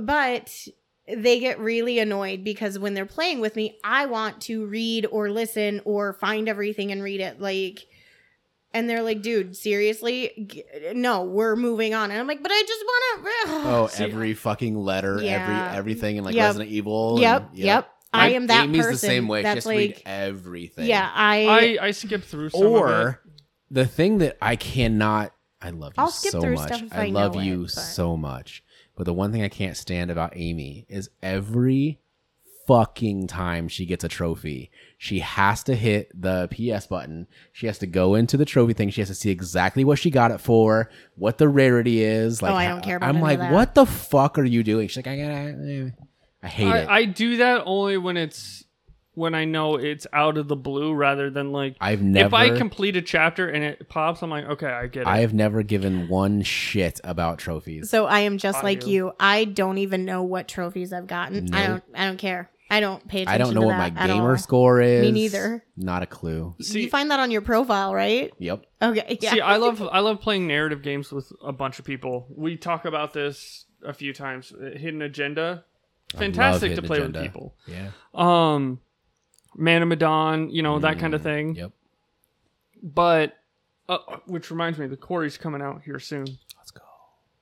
but they get really annoyed because when they're playing with me, I want to read or listen or find everything and read it. Like, and they're like, dude, seriously? G- No, we're moving on. And I'm like, but I just want to. Oh, every fucking letter, Yeah. every everything, and like Yep. Resident Evil. and- Yep, yep. I Like, am that Oh, Amy's person. the same way. She has That's to read like, everything. yeah, I, i i skip through some of it. Or the thing that I cannot. I love you I'll skip so through much. stuff if I I love know you it, but- so much. But the one thing I can't stand about Amy is every fucking time she gets a trophy, she has to hit the PS button. She has to go into the trophy thing. She has to see exactly what she got it for, what the rarity is. Like, Oh, I ho- don't care about I'm any of like, that. what the fuck are you doing? She's like, I gotta. I hate it. I, I do that only when it's when I know it's out of the blue rather than like I've never. if I complete a chapter and it pops, I'm like, okay, I get it. I have never given one shit about trophies. so I am just I like do. you. I don't even know what trophies I've gotten. I don't. I don't care. I don't pay attention. I don't know to what my that at gamer all. score is. neither. Not a clue. you find that on your profile, right? Yep. Okay. Yeah. See, I love I love playing narrative games with a bunch of people. We talk about this a few times. Uh, Hidden Agenda, fantastic to Hidden play with Agenda. people. Yeah. Um, Man of Medan, you know that kind of thing. Mm, Yep. But uh, which reminds me, the Corey's coming out here soon. Let's go.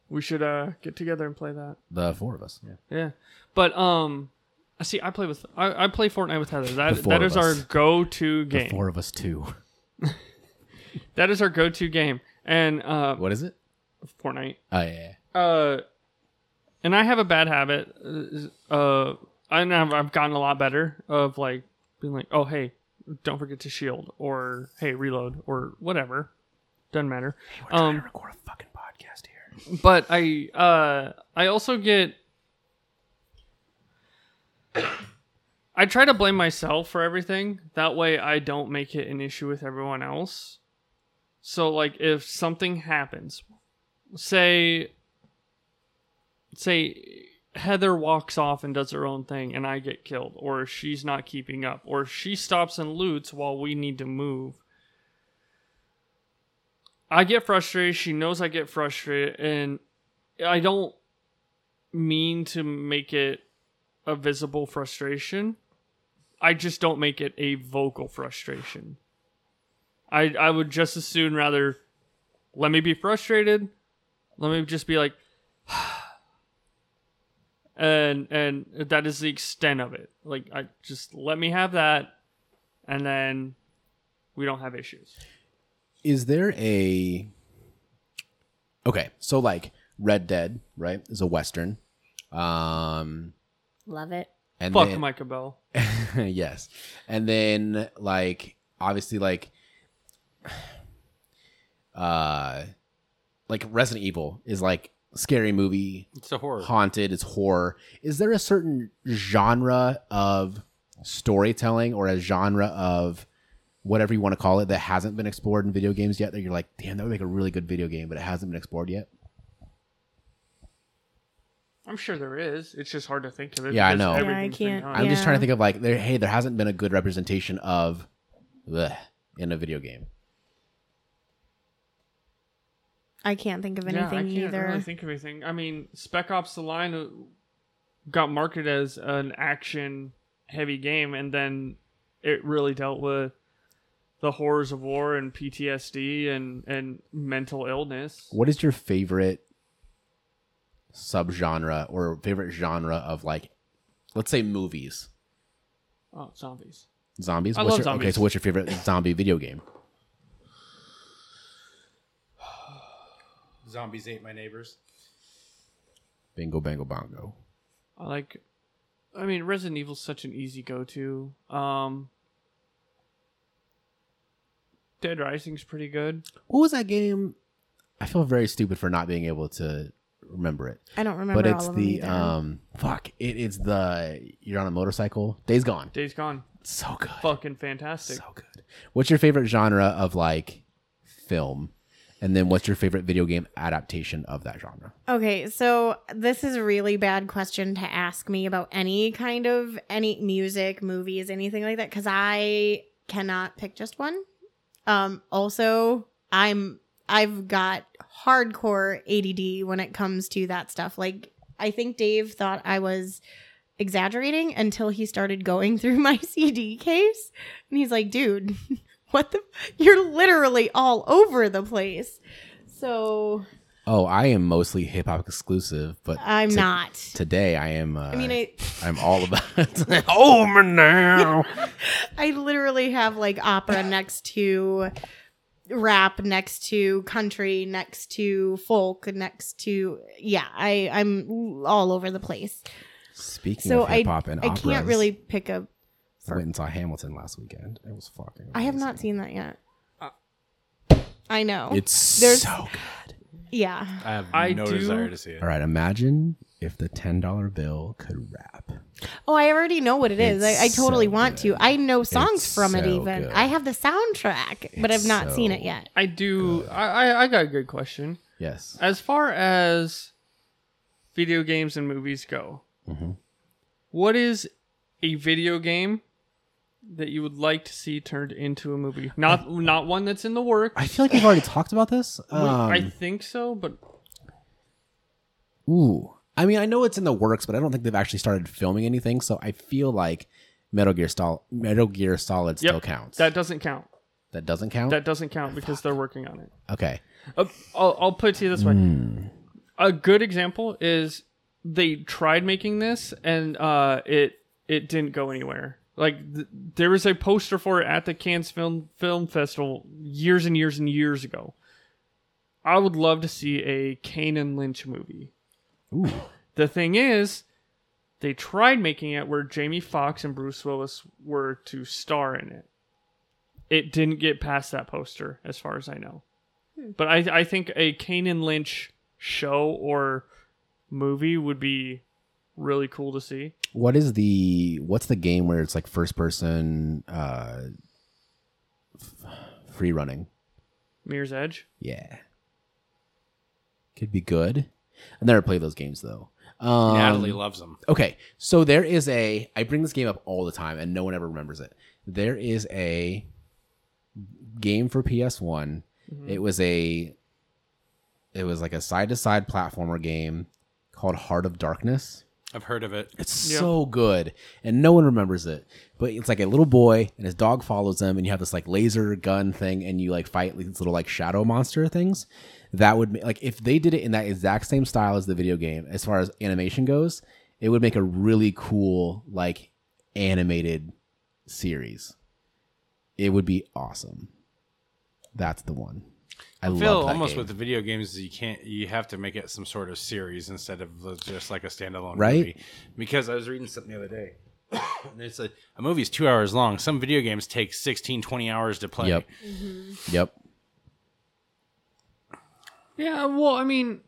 We should uh get together and play that. The four of us. Yeah. Yeah. But um See, I play with I, I play Fortnite with Heather. That The four that of is our us. go-to The game. four of us too. That is our go-to game, and uh, What is it? Fortnite. Oh yeah, yeah. Uh, and I have a bad habit. uh, Uh, I know I've, I've gotten a lot better of like being like, oh hey, don't forget to shield, or hey reload, or whatever. Doesn't matter. um, record a fucking podcast here. but I uh I also get I try to blame myself for everything. That way I don't make it an issue with everyone else. So like if something happens, say say Heather walks off and does her own thing and I get killed or she's not keeping up or she stops and loots while we need to move. I get frustrated. She knows I get frustrated, and I don't mean to make it a visible frustration. I just don't make it a vocal frustration. I I would just as soon rather let me be frustrated. Let me just be like, and and that is the extent of it. Like I just let me have that, and then we don't have issues. Is there a okay? So like Red Dead, right, is a western. Um, Love it. and Fuck then, Micah Bell. yes. And then like obviously like uh like Resident Evil is like scary movie, It's a horror. haunted, it's horror. Is there a certain genre of storytelling or a genre of whatever you want to call it that hasn't been explored in video games yet that you're like, damn, that would make a really good video game, but it hasn't been explored yet? I'm sure there is. It's just hard to think of it. Yeah, I because know. Yeah, I everything's been can't- done. I'm just Yeah. trying to think of like there hey, there hasn't been a good representation of bleh, in a video game. I can't think of yeah, I anything can't either. really think of anything. I mean, Spec Ops: The Line uh, got marketed as an action-heavy game, and then it really dealt with the horrors of war and PTSD and and mental illness. What is your favorite subgenre or favorite genre of like, let's say movies, Oh, zombies. zombies? I what's love your, Okay, zombies. so what's your favorite zombie video game? Zombies ate my neighbors. Bingo, bango, bongo. I like. I mean, Resident Evil's such an easy go-to. Um, Dead Rising's pretty good. What was that game? I feel very stupid for not being able to remember it, I don't remember. but it's all of the them either. um, fuck. It, it's the you're on a motorcycle. Days Gone. Days Gone, So good. fucking fantastic. So good. What's your favorite genre of like film? And then what's your favorite video game adaptation of that genre? Okay, so this is a really bad question to ask me about any kind of any music, movies, anything like that cuz I cannot pick just one. Um also, I'm I've got hardcore ADD when it comes to that stuff. Like I think Dave thought I was exaggerating until he started going through my CD case and he's like, "Dude, what the You're literally all over the place." So, Oh, I am mostly hip hop exclusive, but I'm to- not. Today I am. Uh, I mean, I I'm all about. it. Oh, man, now. I literally have like opera next to rap next to country next to folk next to yeah i i'm all over the place Speaking so of i hip hop and i operas, can't really pick a I went and saw Hamilton last weekend. It was fucking. i have not amazing. seen that yet Uh. i know It's There's- so good. yeah I have I no do- desire to see it. All right, imagine if the ten dollar bill could rap. oh i already know what it is It's I, I totally so want good. to i know songs It's from it so even good. i have the soundtrack but It's i've not seen so it yet I do. I, I I got a good question. Yes. As far as video games and movies go, Mhm. what is a video game that you would like to see turned into a movie? Not not one that's in the work. I feel like we've already talked about this. Um, I think so, but Ooh. I mean, I know it's in the works, but I don't think they've actually started filming anything. So I feel like Metal Gear Solid, Metal Gear Solid yep, still counts. That doesn't count. That doesn't count. That doesn't count because they're working on it. okay. Uh, I'll, I'll put it to you this way. A good example is they tried making this and uh, it it didn't go anywhere. Like th- there was a poster for it at the Cannes Film Film Festival years and years and years ago. I would love to see a Kane and Lynch movie. Ooh. The thing is, they tried making it where Jamie Foxx and Bruce Willis were to star in it. It didn't get past that poster, as far as I know. But I, I think a Kane and Lynch show or movie would be really cool to see. What is the what's the game where it's like first person uh f- free running? Mirror's Edge. Yeah. Could be good. I've never played those games though. Um, Natalie loves them. Okay, so there is a. I bring this game up all the time, and no one ever remembers it. There is a game for PS One. It was a. It was like a side to side platformer game called Heart of Darkness. I've heard of it. It's Yeah. so good, and no one remembers it. But it's like a little boy, and his dog follows him, and you have this like laser gun thing, and you like fight these little like shadow monster things. That would ma- like if they did it in that exact same style as the video game, as far as animation goes, it would make a really cool like animated series. It would be awesome. That's the one. I, I love feel that almost game. with the video games you can't you have to make it some sort of series instead of just like a standalone Right? movie. Because I was reading something the other day. and it's a, a movie's two hours long. Some video games take 16, 20 hours to play. Yep. Yep. Yeah, well, I mean,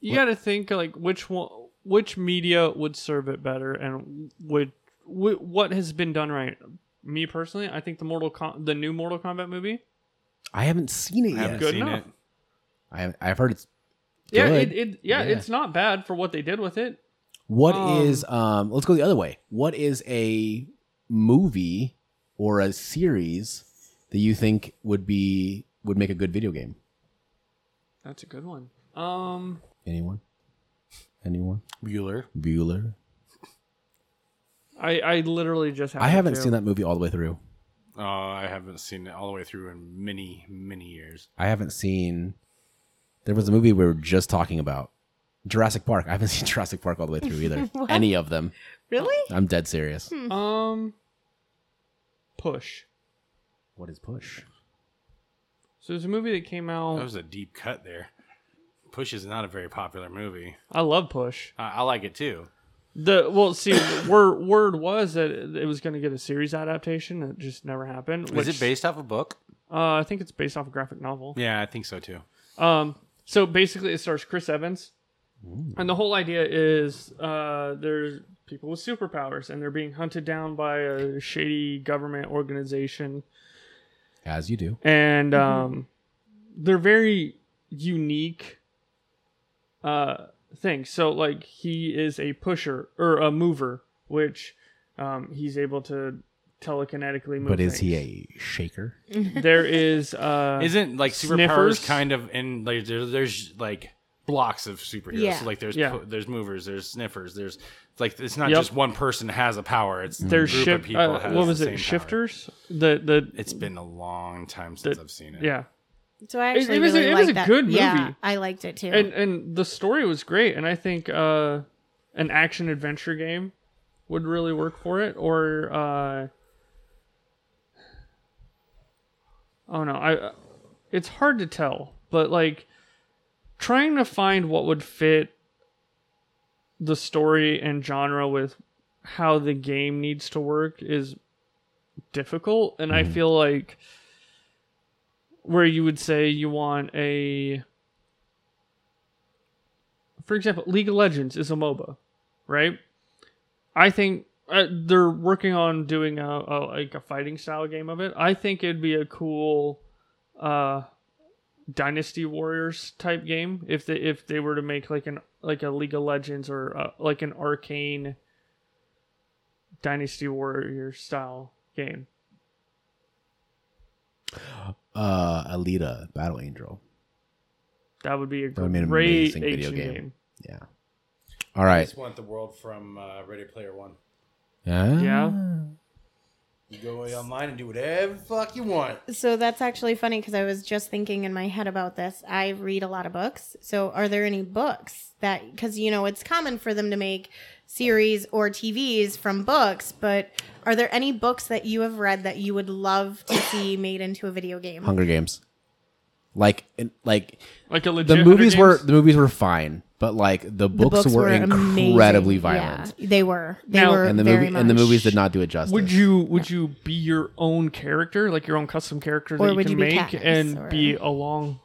you got to think like which one, which media would serve it better, and would wh- what has been done right. Me personally, I think the Mortal Com- the new Mortal Kombat movie. I haven't seen it I haven't yet. Good seen enough. it. I haven't, I've heard it's Yeah, Good. it, it yeah, Yeah. it's not bad for what they did with it. What Um, is um let's go the other way. What is a movie or a series that you think would be would make a good video game? That's a good one. Um, Anyone? Anyone? Bueller. Bueller? I I literally just have I haven't seen that movie all the way through. Oh, I haven't seen it all the way through in many, many years. I haven't seen there was a movie we were just talking about. Jurassic Park. I haven't seen Jurassic Park all the way through either. What? Any of them. Really? I'm dead serious. Um, push. What is push? So there's a movie that came That out. was a deep cut there. Push is not a very popular movie. I love Push. I, I like it too. The well, see, word word was that it was going to get a series adaptation. It just never happened. Is it based? based off a book? Uh, I think it's based off a graphic novel. Yeah, I think so too. Um, so basically, it stars Chris Evans, and the whole idea is uh, there's people with superpowers, and they're being hunted down by a shady government organization, As you do. and Mm-hmm. um, they're very unique uh, things. So, like, he is a pusher or a mover, which um, he's able to telekinetically move. But is he things. a shaker? There is. Uh, Isn't like superpowers Sniffers? kind of and like there, there's like blocks of superheroes. Yeah. So, like there's Yeah. po- there's movers, there's sniffers, there's like it's not Yep. just one person has a power. It's a there's group of shift. people. Uh, has what the was same it? power. Shifters. The the It's been a long time since I've seen it. yeah, So I It- it actually was a- really it was liked a that. good Yeah, movie. I liked it too. and and the story was great, and I think uh, an action adventure game would really work for it. Or uh, oh no, I it's hard to tell, but like trying to find what would fit the story and genre with how the game needs to work is difficult and i feel like where you would say you want a for example league of legends is a moba right i think uh, they're working on doing a, a like a fighting style game of it i think it'd be a cool uh dynasty warriors type game if they if they were to make like an like a league of legends or uh, like an arcane dynasty warrior style game Uh Alita, Battle Angel. that would be a would be an great amazing video action game. game. Yeah. All right. want the world from uh, Ready Player One. Ah. Yeah. You go away online and do whatever the fuck you want. So that's actually funny because I was just thinking in my head about this. I read a lot of books. So are there any books that because you know it's common for them to make series or TVs from books, but are there any books that you have read that you would love to see made into a video game? Hunger Games. Like in- like Like a legit the Hunger movies were Games? the movies were fine, but like the The books, were, amazing. incredibly violent. Yeah, they were. They Now- were And the very movie and the much. movies did not do it justice. Would you would you be your own character, like your own custom character Or that you would can you be make Katniss, and or- be along,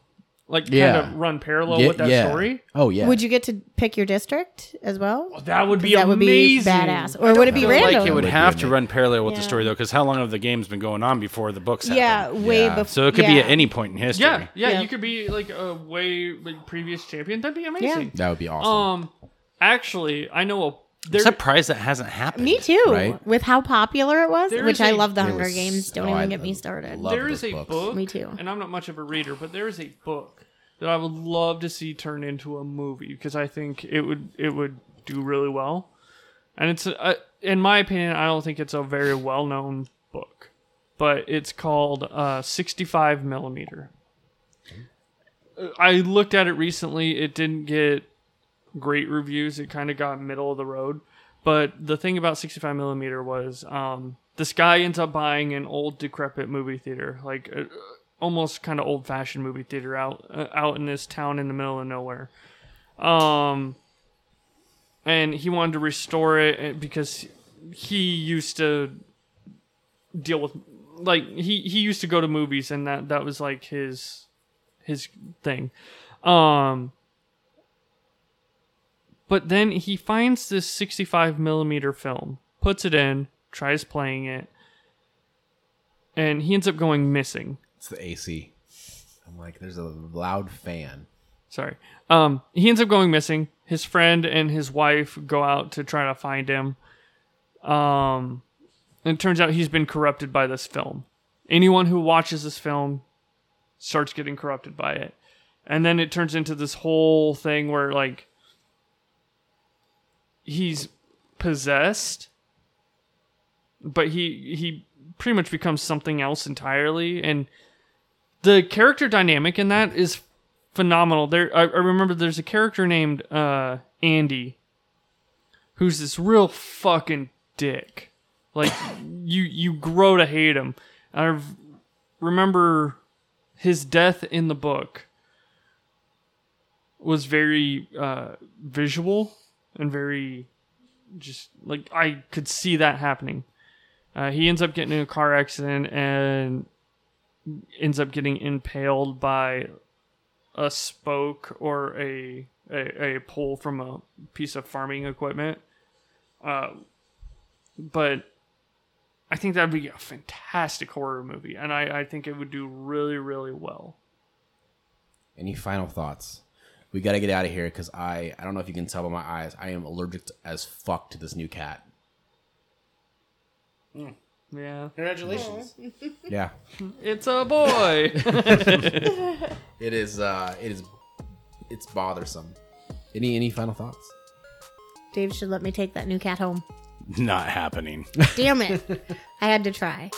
like Yeah. kind of run parallel Yeah, with that yeah. story? Oh yeah. Would you get to pick your district as well? That would be that would be amazing. badass. Or would it be feel random? like it Would would be have to amazing. run parallel with the Yeah. story though, because how long have the game's been going on before the books? yeah, happened? way Yeah. before. So it could be yeah. at any point in history. yeah, yeah, Yeah. You could be like a way like, previous champion. That'd be amazing. that would be awesome. Um, actually, I know a I'm there. surprised that hasn't happened. Me too. Right? With how popular it was, There which is I a- love the It Hunger was- Games. Don't oh, even I get me love started. love there those is a books. book. Me too. And I'm not much of a reader, but there is a book that I would love to see turned into a movie because I think it would it would do really well. And it's uh, in my opinion, I don't think it's a very well known book, but it's called uh, 65 millimeter. Uh, I looked at it recently. It didn't get great reviews. It kind of got middle of the road. But the thing about 65 millimeter was um, this guy ends up buying an old decrepit movie theater, like uh, almost kind of old fashioned movie theater out uh, out in this town in the middle of nowhere. Um, and he wanted to restore it uh, because he used to deal with like he he used to go to movies and that that was like his his thing. Um, but then he finds this 65 millimeter film, puts it in, tries playing it, and he ends up going missing. It's the AC. I'm like, there's a loud fan. Sorry. Um, he ends up going missing. His friend and his wife go out to try to find him. Um, and it turns out he's been corrupted by this film. Anyone who watches this film starts getting corrupted by it. And then it turns into this whole thing where, like, he's possessed, but he he pretty much becomes something else entirely. And the character dynamic in that is phenomenal. There, I, I remember there's a character named uh, Andy, who's this real fucking dick. Like you, you grow to hate him. I rev- remember his death in the book was very uh, visual and very just like I could see that happening. Uh, he ends up getting in a car accident and ends up getting impaled by a spoke or a a, a pole from a piece of farming equipment. Uh, but I think that'd be a fantastic horror movie, and I, I think it would do really really well. Any final thoughts? We got to get out of here because I I don't know if you can tell by my eyes I am allergic to, as fuck to this new cat. Yeah, Congratulations. Yeah, it's a boy. it is. uh It is. It's bothersome. Any any final thoughts? Dave should let me take that new cat home. Not happening. Damn it. I had to try.